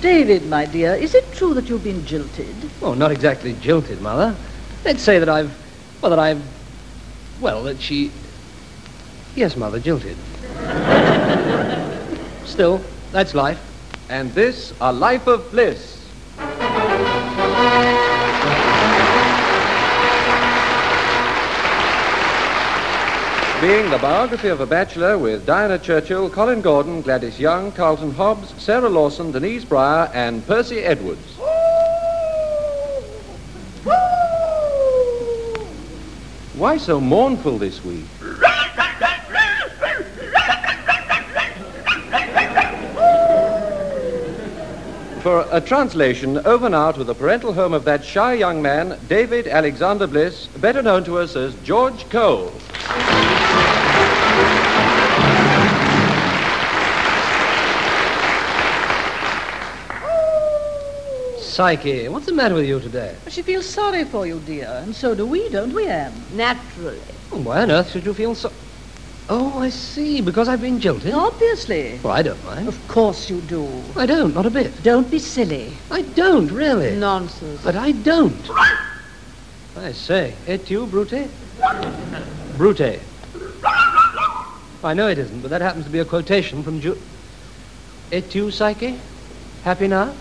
David, my dear, is it true that you've been jilted? Well, not exactly jilted, Mother. Let's say that I've. Well, that I've. Well, that she. Yes, Mother, jilted. Still, that's life. And this, a life of bliss. Being the biography of a bachelor with Diana Churchill, Colin Gordon, Gladys Young, Carlton Hobbs, Sarah Lawson, Denise Bryer, and Percy Edwards. Why so mournful this week? For a translation, over and out with the parental home of that shy young man, David Alexander Bliss, better known to us as George Cole. Psyche, what's the matter with you today? She feels sorry for you, dear, and so do we, don't we, Anne? Naturally. Oh, Why on earth should you feel so. Oh, I see, because I've been jilted? Obviously. Well, I don't mind. Of course you do. I don't, not a bit. Don't be silly. I don't, really. Nonsense. But I don't. I say, et tu, Brute? Brute. I know it isn't, but that happens to be a quotation from Ju. Et tu, Psyche? Happy now?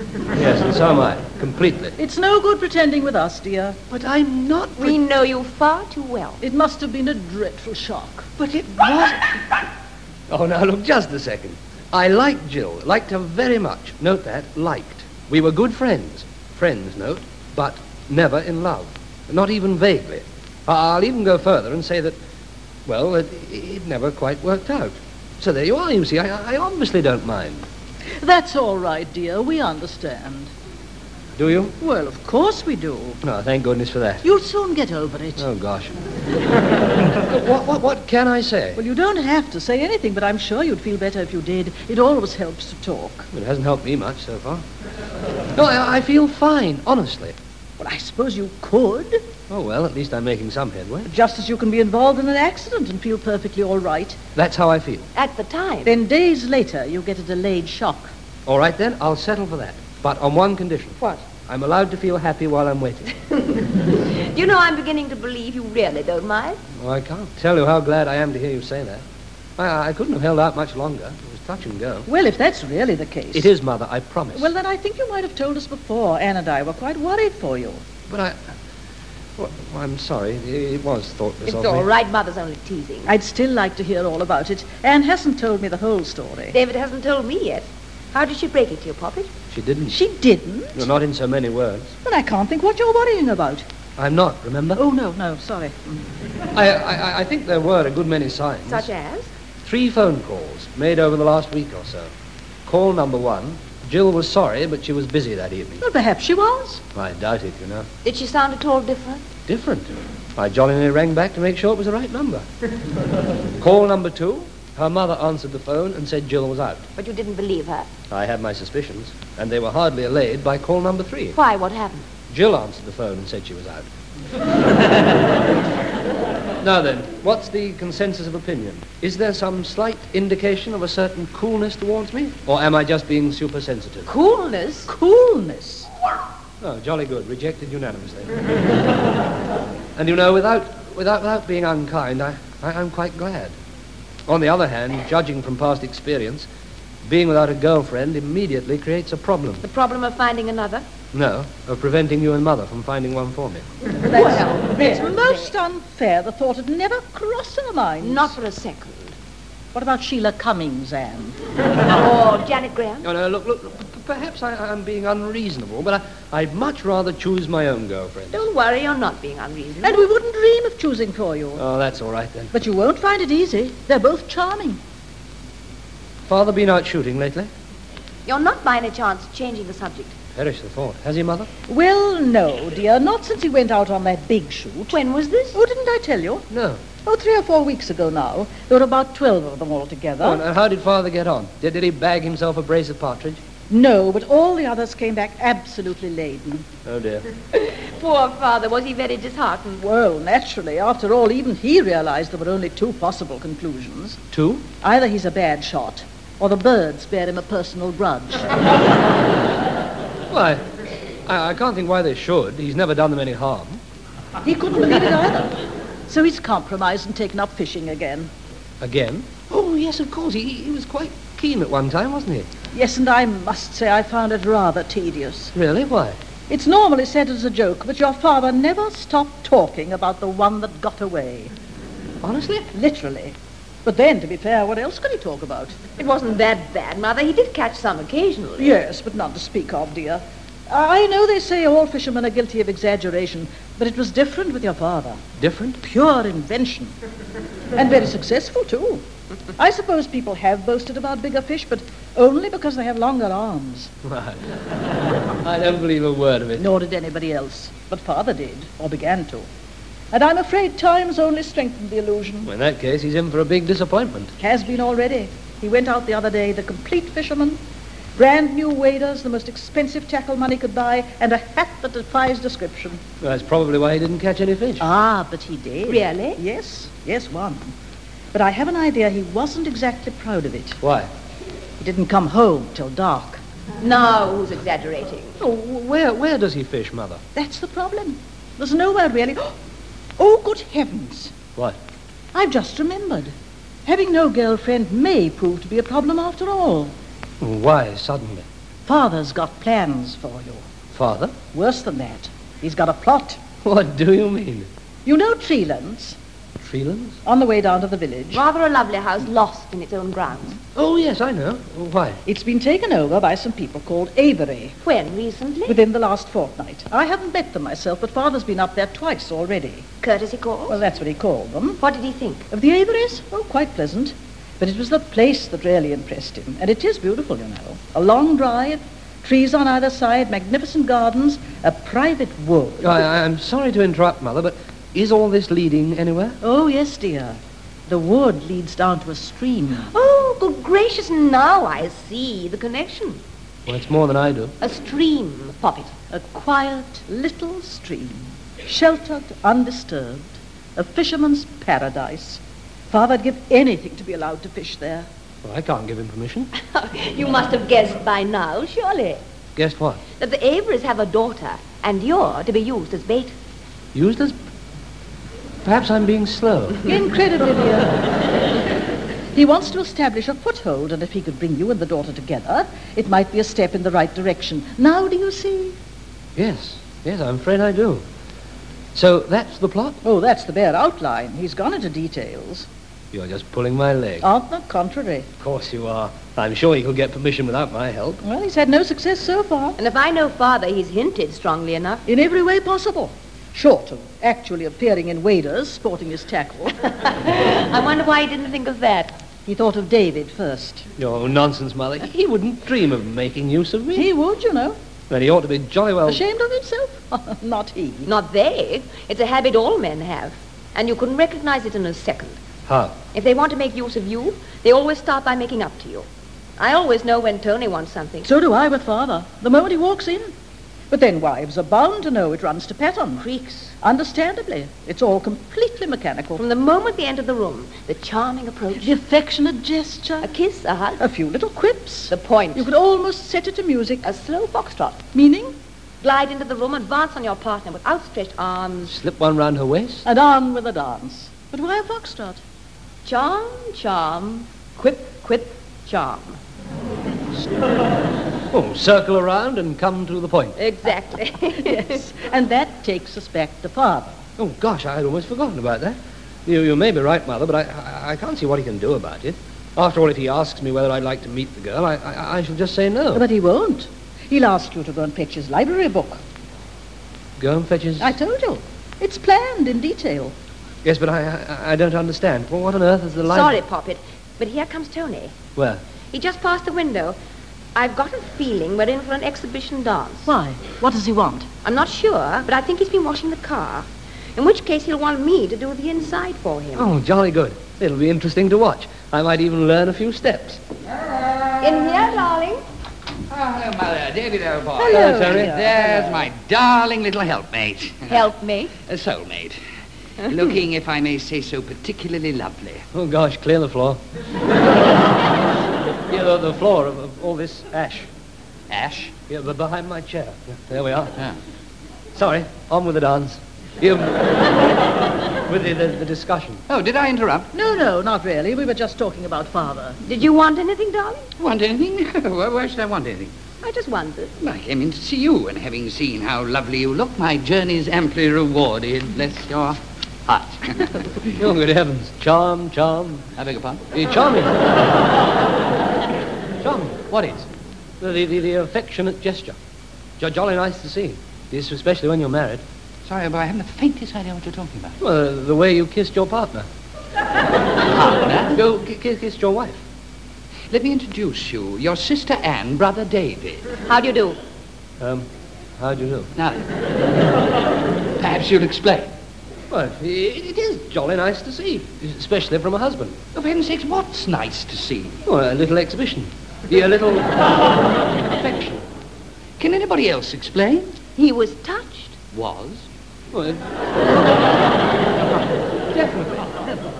yes, and so am I. Completely. It's no good pretending with us, dear. But I'm not. We know you far too well. It must have been a dreadful shock. But it was. Oh, now look, just a second. I liked Jill. Liked her very much. Note that. Liked. We were good friends. Friends, note. But never in love. Not even vaguely. I- I'll even go further and say that, well, that i- it never quite worked out. So there you are, you see. I, I obviously don't mind. That's all right, dear. We understand. Do you? Well, of course we do. No, thank goodness for that. You'll soon get over it. Oh, gosh. what, what, what can I say? Well, you don't have to say anything, but I'm sure you'd feel better if you did. It always helps to talk. It hasn't helped me much so far. No, I, I feel fine, honestly. Well, I suppose you could, Oh, well, at least I'm making some headway. just as you can be involved in an accident and feel perfectly all right. That's how I feel. At the time. Then days later, you get a delayed shock. All right, then, I'll settle for that. But on one condition. What? I'm allowed to feel happy while I'm waiting. You know, I'm beginning to believe you really don't mind. Oh, I can't tell you how glad I am to hear you say that. I, I couldn't have held out much longer. It was touch and go. Well, if that's really the case. It is, Mother, I promise. Well, then I think you might have told us before. Anne and I were quite worried for you. but I... Well, I'm sorry. It, it was thoughtless It's of all me. right. Mother's only teasing. I'd still like to hear all about it. Anne hasn't told me the whole story. David hasn't told me yet. How did she break it to you, Poppet? She didn't. She didn't. No, not in so many words. Well, I can't think what you're worrying about. I'm not, remember? Oh, no, no, sorry. I, I, I- I think there were a good many signs. Such as? Three phone calls made over the last week or so. Call number one. Jill was sorry, but she was busy that evening. Well, perhaps she was. I doubt it, you know. Did she sound at all different? Different. I jolly nearly rang back to make sure it was the right number. Call number two. Her mother answered the phone and said Jill was out. But you didn't believe her. I had my suspicions, and they were hardly allayed by call number three. Why? What happened? Jill answered the phone and said she was out. now then, what's the consensus of opinion? Is there some slight indication of a certain coolness towards me? Or am I just being super sensitive? Coolness? Coolness. Oh, jolly good. Rejected unanimously. and you know, without, without, without being unkind, I, I, I'm quite glad. On the other hand, judging from past experience, being without a girlfriend immediately creates a problem. The problem of finding another? No, of preventing you and Mother from finding one for me. That's, Well, it's very most unfair. The thought had never crossed our minds. Not for a second. What about Sheila Cummings, Anne? or Janet Graham? No, no, look, look, look, p- p- perhaps I, I'm being unreasonable, but I, I'd much rather choose my own girlfriend. Don't worry, you're not being unreasonable. And we wouldn't dream of choosing for you. Oh, that's all right then. But you won't find it easy. They're both charming. Father been out shooting lately? You're not by any chance changing the subject. Perish the thought. Has he, Mother? Well, no, dear, not since he went out on that big shoot. When was this? Oh, didn't I tell you? No. Oh, three or four weeks ago now. There were about 12 of them altogether. Oh, and how did Father get on? Did, did he bag himself a brace of partridge? No, but all the others came back absolutely laden. Oh, dear. Poor father, was he very disheartened? Well, naturally, after all, even he realized there were only two possible conclusions. Two? Either he's a bad shot, Or the birds bear him a personal grudge. Why? I, I can't think why they should. He's never done them any harm. He couldn't believe it either. So he's compromised and taken up fishing again. Again? Oh, yes, of course. He, he was quite keen at one time, wasn't he? Yes, and I must say I found it rather tedious. Really? Why? It's normally said as a joke, but your father never stopped talking about the one that got away. Honestly? Literally. But then, to be fair, what else could he talk about? It wasn't that bad, Mother. He did catch some occasionally. Yes, but none to speak of, dear. I know they say all fishermen are guilty of exaggeration, but it was different with your father. Different? Pure invention. and very successful, too. I suppose people have boasted about bigger fish, but only because they have longer arms. Why? I don't believe a word of it. Nor did anybody else. But father did, or began to. And I'm afraid time's only strengthened the illusion. Well, in that case, he's in for a big disappointment. Has been already. He went out the other day, the complete fisherman, brand new waders, the most expensive tackle money could buy, and a hat that defies description. Well, that's probably why he didn't catch any fish. Ah, but he did. Really? Yes, yes, one. But I have an idea he wasn't exactly proud of it. Why? He didn't come home till dark. Now, who's exaggerating? Oh, where, where does he fish, Mother? That's the problem. There's nowhere really. Oh, good heavens! What? I've just remembered. Having no girlfriend may prove to be a problem after all. Why suddenly? Father's got plans for you. Father? Worse than that, he's got a plot. What do you mean? You know Treelands, Treelands? on the way down to the village. Rather a lovely house lost in its own grounds. Oh, yes, I know. Why? It's been taken over by some people called Avery When, recently? within the last fortnight. I haven't met them myself, but Father's been up there twice already. Courtesy call? Well, that's what he called them. what did he think? Of the Averys? Oh, quite pleasant. But it was the place that really impressed him. And it is beautiful, you know. A long drive, trees on either side, magnificent gardens, a private wood. I, I- I'm sorry to interrupt, Mother, but is all this leading anywhere? Oh, yes, dear. The wood leads down to a stream. Oh, good gracious, now I see the connection. Well, it's more than I do. A stream, Poppet. A quiet little stream, sheltered, undisturbed, a fisherman's paradise. Father'd give anything to be allowed to fish there. Well, I can't give him permission. you must have guessed by now, surely, Guess what? that the Averys have a daughter, and you're to be used as bait. Used as... Perhaps I'm being slow. Incredibly, dear. He wants to establish a foothold, and if he could bring you and the daughter together, it might be a step in the right direction. Now, do you see? Yes, yes, I'm afraid I do. So that's the plot? Oh, that's the bare outline. He's gone into details. You're just pulling my leg. Aren't the contrary? Of course you are. I'm sure you could get permission without my help. Well, he's had no success so far. And if I know Father, he's hinted strongly enough. In every way possible. Short of actually appearing in waders, sporting his tackle. I wonder why he didn't think of that. he thought of David first. No nonsense, Molly. He wouldn't dream of making use of me. He would, you know. Then he ought to be jolly well. Ashamed of himself? Not he. Not they. It's a habit all men have. And you couldn't recognize it in a second. How? If they want to make use of you, they always start by making up to you. I always know when Tony wants something. So do I with father, the moment he walks in. But then wives are bound to know it runs to pattern. Creaks. Understandably, it's all completely mechanical. From the moment they enter the room, the charming approach, The affectionate gesture, a kiss, a hug, a few little quips. the point, You could almost set it to music. a slow foxtrot, Meaning? glide into the room, advance on your partner with outstretched arms. Slip one round her waist? And on with a dance. But why a foxtrot? Charm, charm, quip, quip, charm. Oh, circle around and come to the point. Exactly. yes. And that takes us back to father. Oh, gosh, I had almost forgotten about that. You, you may be right, Mother, but I, I, I can't see what he can do about it. After all, if he asks me whether I'd like to meet the girl, I, I, I shall just say no. But he won't. He'll ask you to go and fetch his library book. Go and fetch his... I told you. It's planned in detail. Yes, but I, I, I don't understand. Well, what on earth is the line? Sorry, Poppet, but here comes Tony. Well, He just passed the window. I've got a feeling we're in for an exhibition dance. Why? What does he want? I'm not sure, but I think he's been washing the car. In which case, he'll want me to do the inside for him. oh, jolly good. It'll be interesting to watch. I might even learn a few steps. In here, darling. Oh, hello, Mother. David O'Boy. Hello, Hello, Tony. dear. There's my darling little helpmate. Help me. A soulmate. Looking, if I may say so, particularly lovely. Oh, gosh, clear the floor. Yeah, the, the floor of, of all this ash. Ash? Yeah, but behind my chair. Yeah, there we are. Ah. Sorry, on with the dance. Um, with the, the, the discussion. Oh, did I interrupt? No, no, not really. We were just talking about father. Did you want anything, darling? Want anything? why, why should I want anything? I just wondered. Well, I came in to see you, and having seen how lovely you look, my journey's amply rewarded. Bless your heart. Oh, good heavens. Charm, charm. I beg your pardon? Eh, charming. charming. What is? The, the, the, the affectionate gesture. Jo- jolly nice to see. Yes, especially when you're married. Sorry, but I haven't the faintest idea what you're talking about. Well, the way you kissed your partner. You ki- ki- kissed your wife. Let me introduce you. Your sister Anne, brother David. How do you do? Um, how'd you do? Now, perhaps you'll explain. Well, i it is jolly nice to see, especially from a husband. For heaven's sakes, what's nice to see? Well, a little exhibition. Yeah, a little affection. Can anybody else explain? He was touched. Was. Well, Oh, eh? definitely.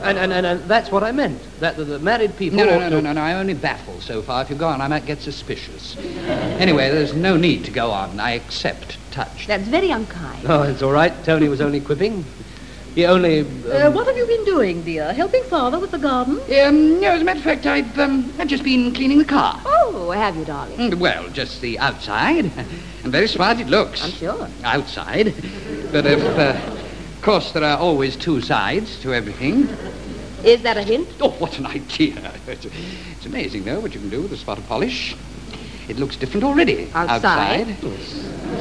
And, and, and, and that's what I meant. That the, the married people. No, no, ought no, to- no, no, no. I only baffle so far. If you go on, I might get suspicious. Anyway, there's no need to go on. I accept touch. That's very unkind. Oh, it's all right. Tony was only quipping. He only. Uh, um, what have you been doing, dear? Helping father with the garden? Um, no, as a matter of fact, I've, um, I've just been cleaning the car. Oh, have you, darling? Mm, Well, just the outside. And very smart it looks. I'm sure. Outside. But if, uh, of course, there are always two sides to everything. Is that a hint? Oh, what an idea. It's, it's amazing, though, what you can do with a spot of polish. It looks different already. Outside.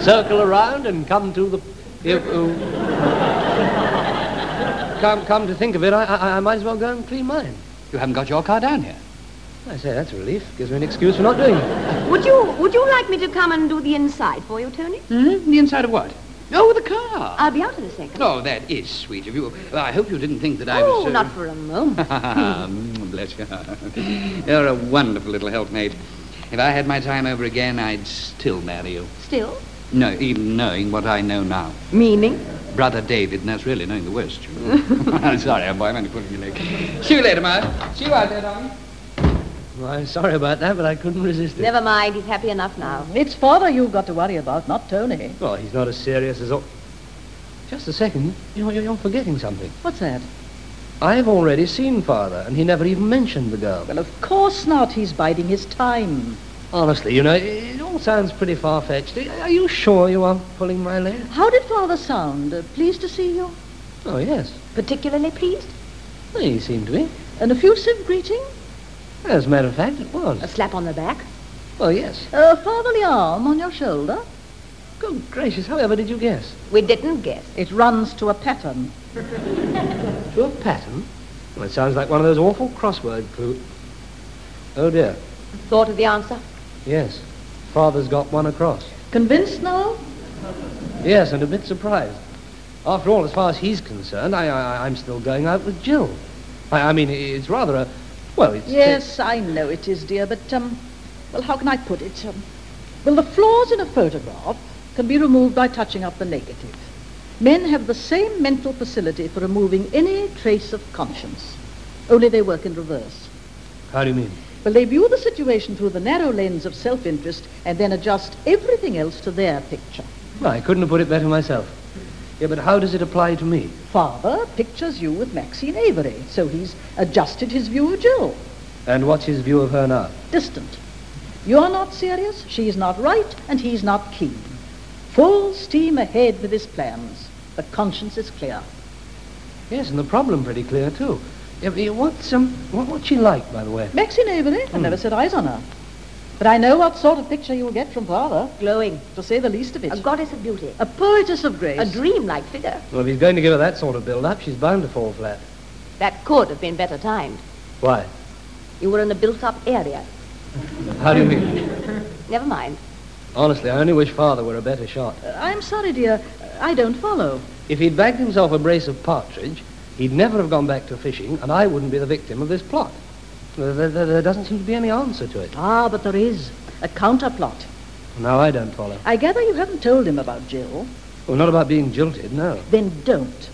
circle around and come to the. uh, you- you- come, come to think of it, I, I, I might as well go and clean mine. You haven't got your car down here. I say that's a relief. Gives me an excuse for not doing it. Would you would you like me to come and do the inside for you, Tony? Hmm? The inside of what? Oh, the car. I'll be out in a second. Oh, that is sweet of you. Well, I hope you didn't think that I was... oh, uh, not for a moment. Mm, Bless you. You're a wonderful little helpmate. If I had my time over again, I'd still marry you. Still, No, even knowing what I know now. meaning? Brother David, and that's really knowing the worst. You know. I'm sorry, I'm, I'm only pulling your leg. See you later, Ma. See you out there, darling. Well, I'm sorry about that, but I couldn't resist it. Never mind. He's happy enough now. It's father you've got to worry about, not Tony. Well, he's not as serious as... all. Just a second. You're, you're you're forgetting something. What's that? I've already seen Father, and he never even mentioned the girl. Well, of course not. He's biding his time. Honestly, you know, it, it all sounds pretty far-fetched. Are you sure you aren't pulling my leg? How did father sound? Uh, pleased to see you? Oh, yes. Particularly pleased? Well, he seemed to be. An effusive greeting? As a matter of fact, it was. A slap on the back? Well, yes. A fatherly arm on your shoulder? Good gracious, however did you guess? We didn't guess. It runs to a pattern. To a pattern? Well, it sounds like one of those awful crossword clues. Oh, dear. Thought of the answer? Yes. Father's got one across. Convinced now? Yes, and a bit surprised. After all, as far as he's concerned, I, I, I'm still going out with Jill. I, I mean, it's rather a... Well, it's... Yes, I know it is, dear, but, um, well, how can I put it? Um, well, the flaws in a photograph can be removed by touching up the negative. Men have the same mental facility for removing any trace of conscience, only they work in reverse. How do you mean? Well, they view the situation through the narrow lens of self-interest and then adjust everything else to their picture. Well, I couldn't have put it better myself. Yeah, but how does it apply to me? Father pictures you with Maxine Avery, so he's adjusted his view of Jill. And what's his view of her now? distant. You're not serious, she's not right, and he's not keen. Full steam ahead with his plans. The conscience is clear. Yes, and the problem pretty clear, too. Yeah, but what's, um, what, what's she like, by the way? Maxine Avery, Hmm. I never set eyes on her. But I know what sort of picture you'll get from father, Glowing. to say the least of it. A goddess of beauty. A poetess of grace. A dreamlike figure. Well, if he's going to give her that sort of build-up, she's bound to fall flat. That could have been better timed. Why? You were in a built-up area. How do you mean? Never mind. Honestly, I only wish Father were a better shot. Uh, I'm sorry, dear, uh, I don't follow. If he'd bagged himself a brace of partridge, he'd never have gone back to fishing, and I wouldn't be the victim of this plot. There, there- there- there doesn't seem to be any answer to it. Ah, but there is a counterplot. No, I don't follow. I gather you haven't told him about Jill. Well, not about being jilted, no. Then don't.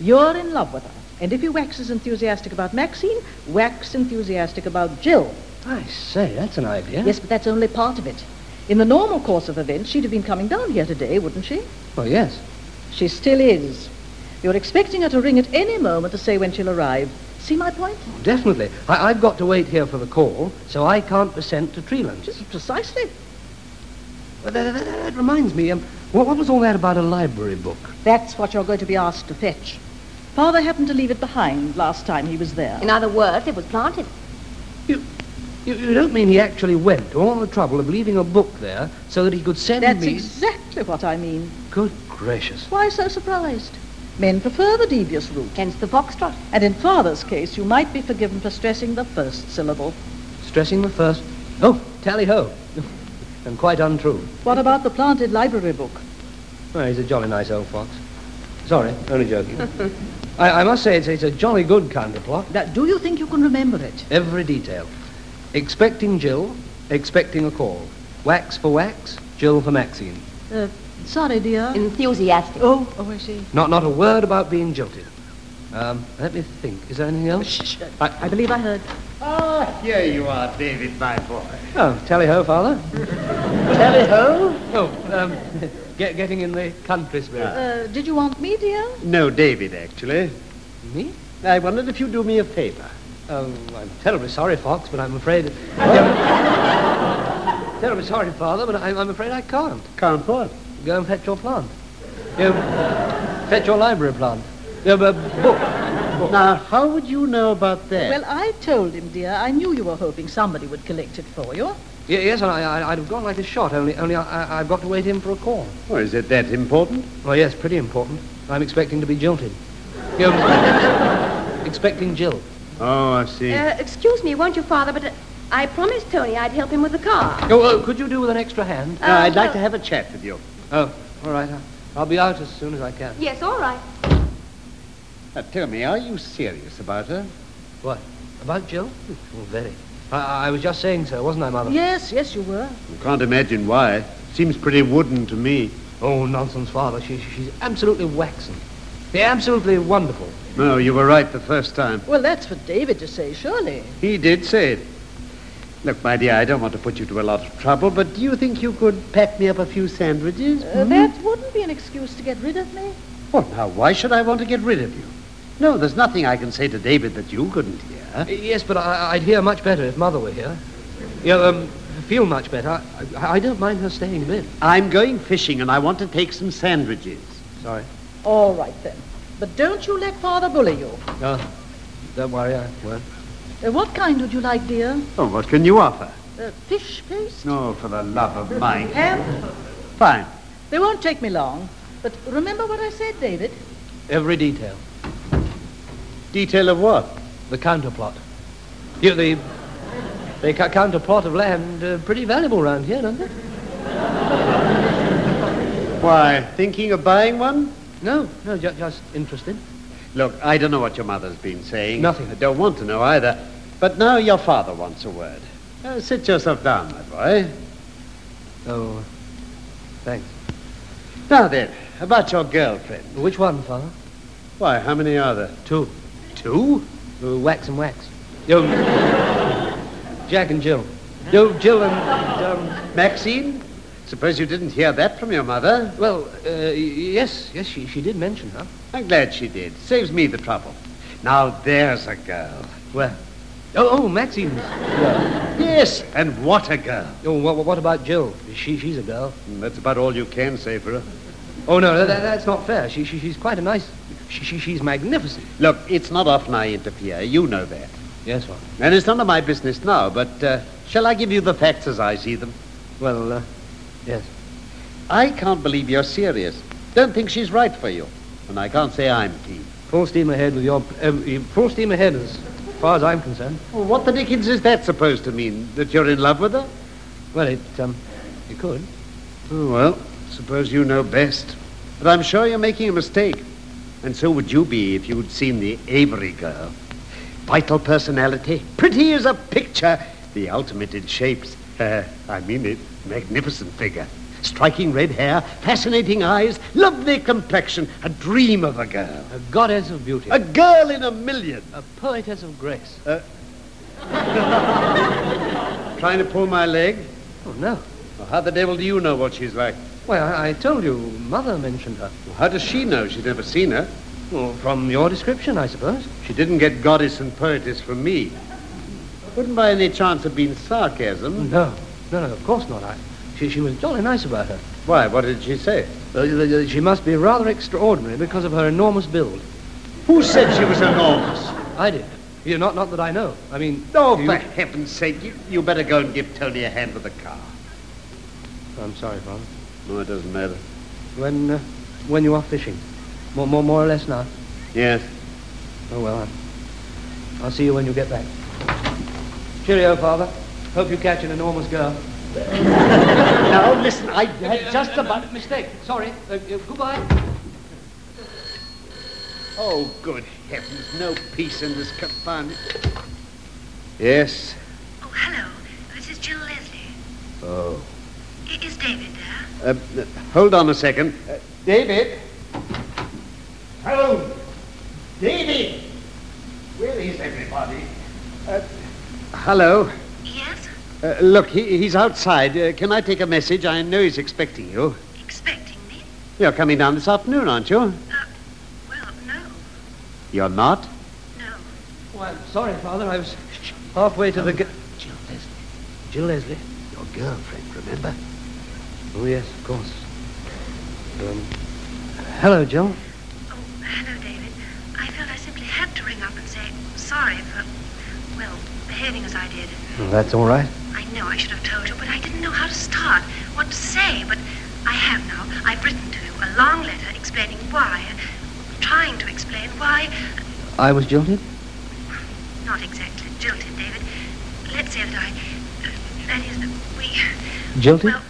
You're in love with her. And if he waxes enthusiastic about Maxine, wax enthusiastic about Jill. I say, that's an idea. Yes, but that's only part of it. In the normal course of events, she'd have been coming down here today, wouldn't she? Oh, yes. She still is. You're expecting her to ring at any moment to say when she'll arrive. See my point? Definitely. I- I've got to wait here for the call, so I can't assent to tree lunch. Just precisely. Well, that, that- that reminds me, um, what, what was all that about a library book? That's what you're going to be asked to fetch. Father happened to leave it behind last time he was there. In other words, it was planted. You, you don't mean he actually went to all the trouble of leaving a book there so that he could send That's me... exactly what I mean. Good gracious. Why so surprised? Men prefer the devious route. Hence the foxtrot. And in Father's case, you might be forgiven for stressing the first syllable. Stressing the first... Oh, tally-ho. and quite untrue. What about the planted library book? Well, he's a jolly nice old fox. Sorry, only joking. I, I must say it's, it's a jolly good kind of plot. Now, do you think you can remember it? Every detail. Expecting Jill, expecting a call. Wax for wax, Jill for Maxine. Uh, sorry, dear. Enthusiastic. Oh, oh, I see. Not, not a word about being jilted. Um, let me think. Is there anything else? Oh, Shh, shh. I- I believe I heard. Ah, here you are, David, my boy. Oh, tally ho, Father. Tally ho? Oh, um, get, getting in the country spirit. Uh, did you want me, dear? No, David, actually. Me? I wondered if you'd do me a favor. Oh, I'm terribly sorry, Fox, but I'm afraid. terribly sorry, Father, but I, I'm afraid I can't. Can't what? Go and fetch your plant. You fetch your library plant. No, but book. Now, how would you know about that? Well, I told him, dear. I knew you were hoping somebody would collect it for you. Ye- yes, I, I, I'd have gone like a shot, only, only I, I, I've got to wait in for a call. Or is it that important? Well, yes, pretty important. I'm expecting to be jilted. You- expecting Jill. Oh, I see. Uh, excuse me, won't you, Father? But uh, I promised Tony I'd help him with the car. Um, Oh, oh, could you do with an extra hand? Now, Uh, I'd like to have a chat with you. Oh, all right. I- I'll be out as soon as I can. uh, Yes, all right. Now, uh, tell me, are you serious about her? What? About Jill? Oh, very. I- I, I was just saying so, wasn't I, Mother? Yes, yes, you were. I can't imagine why. Seems pretty wooden to me. Oh, nonsense, Father. She, she- she's absolutely waxen. Yeah, absolutely wonderful. No, you were right the first time. Well, that's for David to say, surely. He did say it. Look, my dear, I don't want to put you to a lot of trouble, but do you think you could pack me up a few sandwiches? Uh, That wouldn't be an excuse to get rid of me. Well, now, why should I want to get rid of you? No, there's nothing I can say to David that you couldn't hear. Yes, but I, I'd hear much better if Mother were here. Yeah, um, feel much better. I, I, I don't mind her staying in bed. I'm going fishing, and I want to take some sandwiches. Sorry. All right, then. But don't you let Father bully you. Oh, don't worry, I won't. Uh, what kind would you like, dear? Oh, what can you offer? Uh, fish paste? No, for the love of mine. Ham? Fine. They won't take me long. But remember what I said, David. Every detail. Detail of what? The counterplot. You the the ca- counterplot of land uh, pretty valuable round here, don't it? Why, thinking of buying one? No, no, ju- just interested. Look, I don't know what your mother's been saying. Nothing. I don't want to know either. But now your father wants a word. Uh, sit yourself down, my boy. Oh, thanks. Now then, about your girlfriend. Which one, Father? Why, how many are there? Two. Two? Uh, wax and wax. Yo, Jack and Jill. Yo, Jill and um, Maxine? Suppose you didn't hear that from your mother? well, uh, y- yes, yes, she she did mention her. I'm glad she did. Saves me the trouble. Now there's a girl. Where? Oh, oh, Maxine's. Yes, and what a girl. Oh, what, what about Jill? She, she's a girl. And That's about all you can say for her. Oh, no, that, that's not fair. She, she, she's quite a nice... She, she, she's magnificent. Look, it's not often I interfere. You know that. Yes, Father. And it's none of my business now, but uh, shall I give you the facts as I see them? Well, uh, yes. I can't believe you're serious. Don't think she's right for you. And I can't say I'm keen. Full steam ahead with your... Um, you- full steam ahead as far as I'm concerned. Well, what the dickens is that supposed to mean? That you're in love with her? Well, it, um, it could. Oh, well, suppose you know best. But I'm sure you're making a mistake. And so would you be if you'd seen the Avery girl. Vital personality, pretty as a picture, the ultimate in shapes. Uh, I mean it, magnificent figure. Striking red hair, fascinating eyes, lovely complexion, a dream of a girl. A goddess of beauty. A girl in a million. a poetess of grace. Trying to pull my leg? Oh, no. Well, how the devil do you know what she's like? Why, I, I told you, Mother mentioned her. How does she know? She's never seen her. Well, from your description, I suppose. She didn't get goddess and poetess from me. Wouldn't by any chance have been sarcasm. No, no, no, of course not. I, she, she was jolly nice about her. Why, what did she say? Uh, uh, She must be rather extraordinary because of her enormous build. Who said she was enormous? I did. You not, not that I know. I mean, Oh, you- for heaven's sake, you, you better go and give Tony a hand with the car. I'm sorry, Father. No, it doesn't matter. When, uh, when you are fishing, more, more, more or less now. Yes. Oh well, i I'll see you when you get back. Cheerio, Father. Hope you catch an enormous girl. Now, listen, I had just about... mistake. Sorry. Uh, uh, goodbye. Oh, good heavens, no peace in this confinement. Yes. Oh, hello. This is Jill Leslie. Oh. I- Is David there? Uh, uh, hold on a second. Uh, David? Hello? David! Where is everybody? Uh, hello? Yes? Uh, look, he, he's outside. Uh, can I take a message? I know he's expecting you. Expecting me? Uh, You're coming down this afternoon, aren't you? Well, no, You're not? no. Oh, I'm sorry, Father. I was halfway to the. G- Jill Leslie, Jill Leslie. your girlfriend, remember? Oh yes, of course. Um, hello, Jill. Oh, hello, David. I felt I simply had to ring up and say sorry for, well, behaving as I did. Oh, that's all right. I know I should have told you, but I didn't know how to start, what to say, but I have now. I've written to you a long letter explaining why, trying to explain why, I was jilted. not exactly jilted, David. Let's say that I, that is, that we, Jilted? well,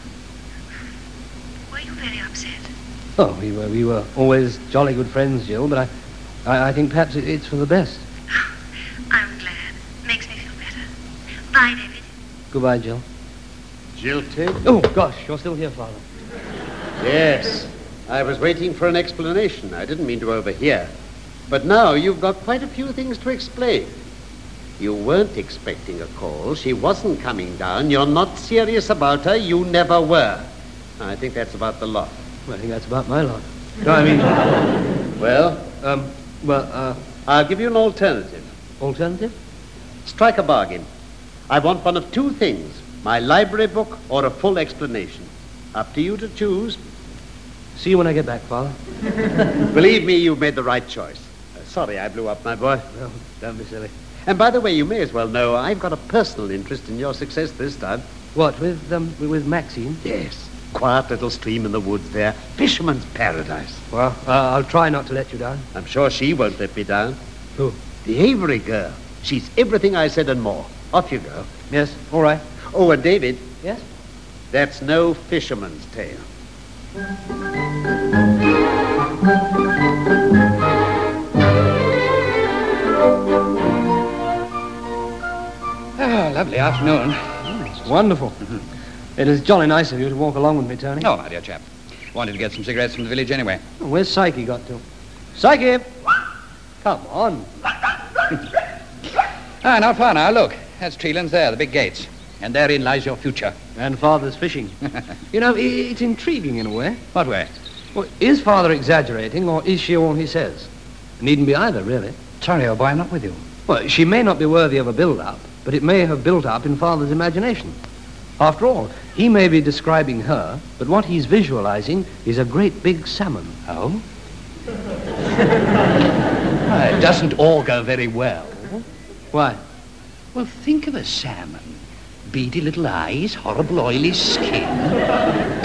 were you very upset? Oh, we were we were always jolly good friends, Jill. But I, I, I think perhaps it, it's for the best. I'm glad. Makes me feel better. Bye, David. Goodbye, Jill. Jilted? Oh gosh, you're still here, Father. Yes. I was waiting for an explanation. I didn't mean to overhear. But now you've got quite a few things to explain. You weren't expecting a call. She wasn't coming down. You're not serious about her. You never were. I think that's about the lot. Well, I think that's about my lot. No, I mean, Well, um, well, uh, I'll give you an alternative. alternative? Strike a bargain. I want one of two things my library book or a full explanation. Up to you to choose. See you when I get back, Father. Believe me, you've made the right choice. Uh, sorry I blew up, my boy. No, don't be silly. And by the way, you may as well know I've got a personal interest in your success this time. What with um, with Maxine? Yes. Quiet little stream in the woods there. Fisherman's paradise. Well, uh, I'll try not to let you down. I'm sure she won't let me down. Who? The Avery girl. She's everything I said and more. Off you go. Yes, all right. Oh, and David, Yes. that's no fisherman's tale. Ah, lovely afternoon. Hmm. It's wonderful. It is jolly nice of you to walk along with me, Tony. No, Oh, my dear chap. Wanted to get some cigarettes from the village anyway. Where's Psyche got to? Psyche! Come on. Ah, not far now. Look, that's Treelands there, the big gates. And therein lies your future. And Father's fishing. you know, i- it's intriguing in a way. What way? Well, is Father exaggerating, or is she all he says? Needn't be either, really. Sorry, old boy, I'm not with you. Well, she may not be worthy of a build-up, but it may have built up in Father's imagination. After all, he may be describing her, but what he's visualizing is a great big salmon. Oh? Why, Ah, it doesn't augur very well. Why? Well, think of a salmon. Beady little eyes, horrible oily skin,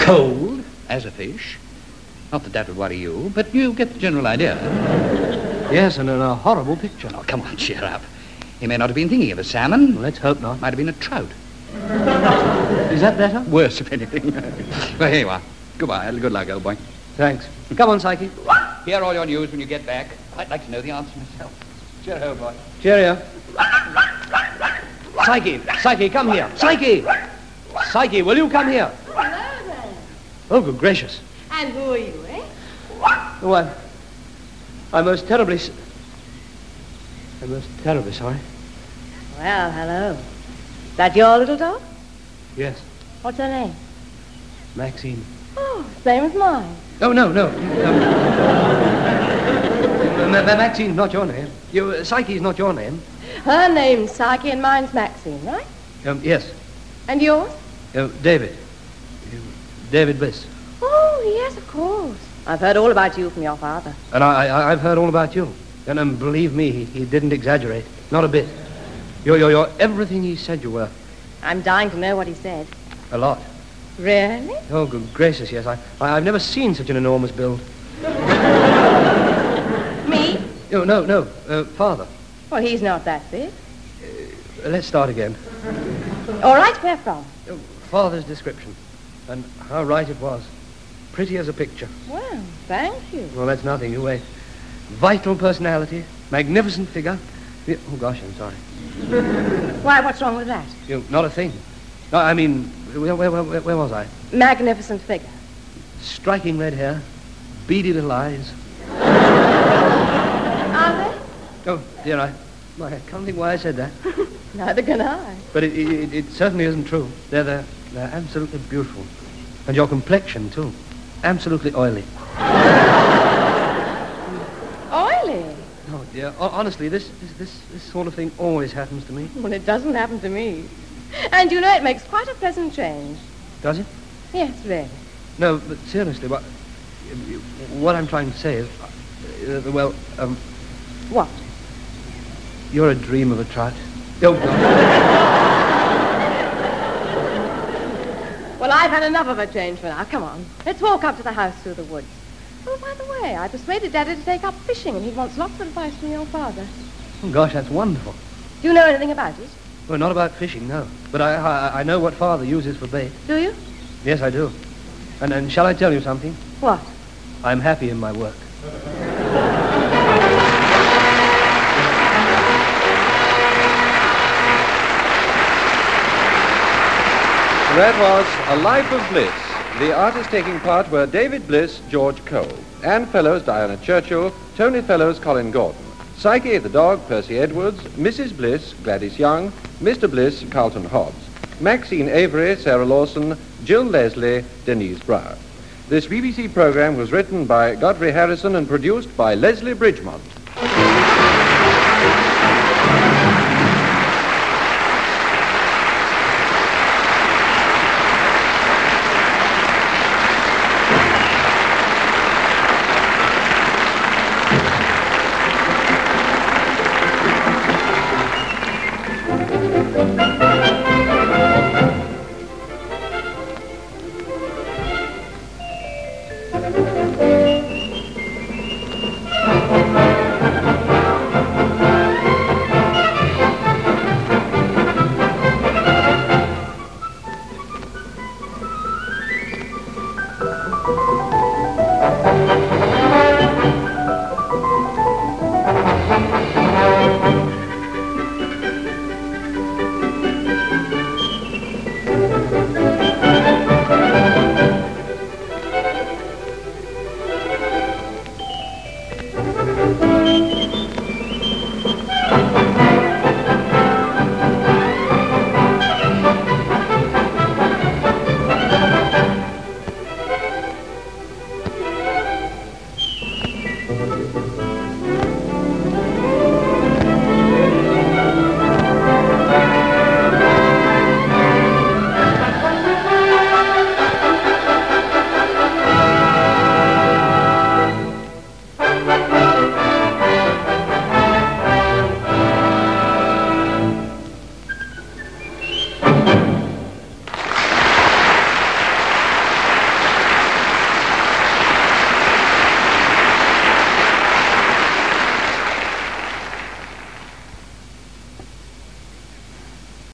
cold as a fish. Not that that would worry you, but you get the general idea. Yes, and in a horrible picture. Oh, come on, cheer up. He may not have been thinking of a salmon. Let's hope not. Might have been a trout. Is that better? Worse, if anything. well, here you are. Goodbye. Good luck, old boy. Thanks. Come on, Psyche. Hear all your news when you get back. I'd like to know the answer myself. Cheer, old boy. Cheerio. Psyche, Psyche, come here. Psyche! Psyche, will you come here? Oh, good gracious. And who are you, eh? Oh, I'm, I'm most terribly... s- I'm most terribly sorry. Well, hello. That your little dog? Yes, What's her name? Maxine. Oh, same as mine. Oh, no, no. no. Ma- Ma- Maxine's not your name. You, uh, Psyche's not your name. Her name's Psyche and mine's Maxine, right? Um, yes, And yours? uh, David. Um, David Bliss. Oh, yes, of course. I've heard all about you from your father. And I, I, I've heard all about you. And um, believe me, he, he didn't exaggerate. Not a bit. You're, you're, you're everything he said you were. I'm dying to know what he said. A lot. Really? Oh, good gracious, yes. I, I, I've never seen such an enormous build. Me? No, no, no. Uh, father. Well, he's not that big. Uh, Let's start again. All right, where from? Oh, Father's description. And how right it was. Pretty as a picture. Well, thank you. Well, that's nothing. You wait. Vital personality, magnificent figure. Yeah, Oh, gosh, I'm sorry. Why, what's wrong with that? You not a thing. No, I mean, where, where, where, where was I? Magnificent figure. Striking red hair, beady little eyes. Are Oh, dear, I, why, I can't think why I said that. they? Neither can I. But it, it, it certainly isn't true. They're, they're, they're absolutely beautiful. And your complexion, too. Absolutely oily. Oily. Oh, dear. Ho- honestly, this, this, this, this sort of thing always happens to me. Well, it doesn't happen to me. And you know, it makes quite a pleasant change. Does it? Yes, really. No, but seriously, what, what I'm trying to say is, uh, well, um, What? you're a dream of a trot. Oh, no. Well, I've had enough of a change for now. Come on. Let's walk up to the house through the woods. Oh, by the way, I persuaded Daddy to take up fishing, and he wants lots of advice from your father. Oh, gosh, that's wonderful. Do you know anything about it? Well, not about fishing, no. But I, I, I know what Father uses for bait. Do you? Yes, I do. And, and shall I tell you something? What? I'm happy in my work. That was A Life of Bliss. The artists taking part were David Bliss, George Cole, Anne Fellows, Diana Churchill, Tony Fellows, Colin Gordon, Psyche the dog, Percy Edwards, Mrs. Bliss, Gladys Young, Mr. Bliss, Carlton Hobbs, Maxine Avery, Sarah Lawson, Jill Leslie, Denise Brower. This BBC program was written by Godfrey Harrison and produced by Leslie Bridgemont.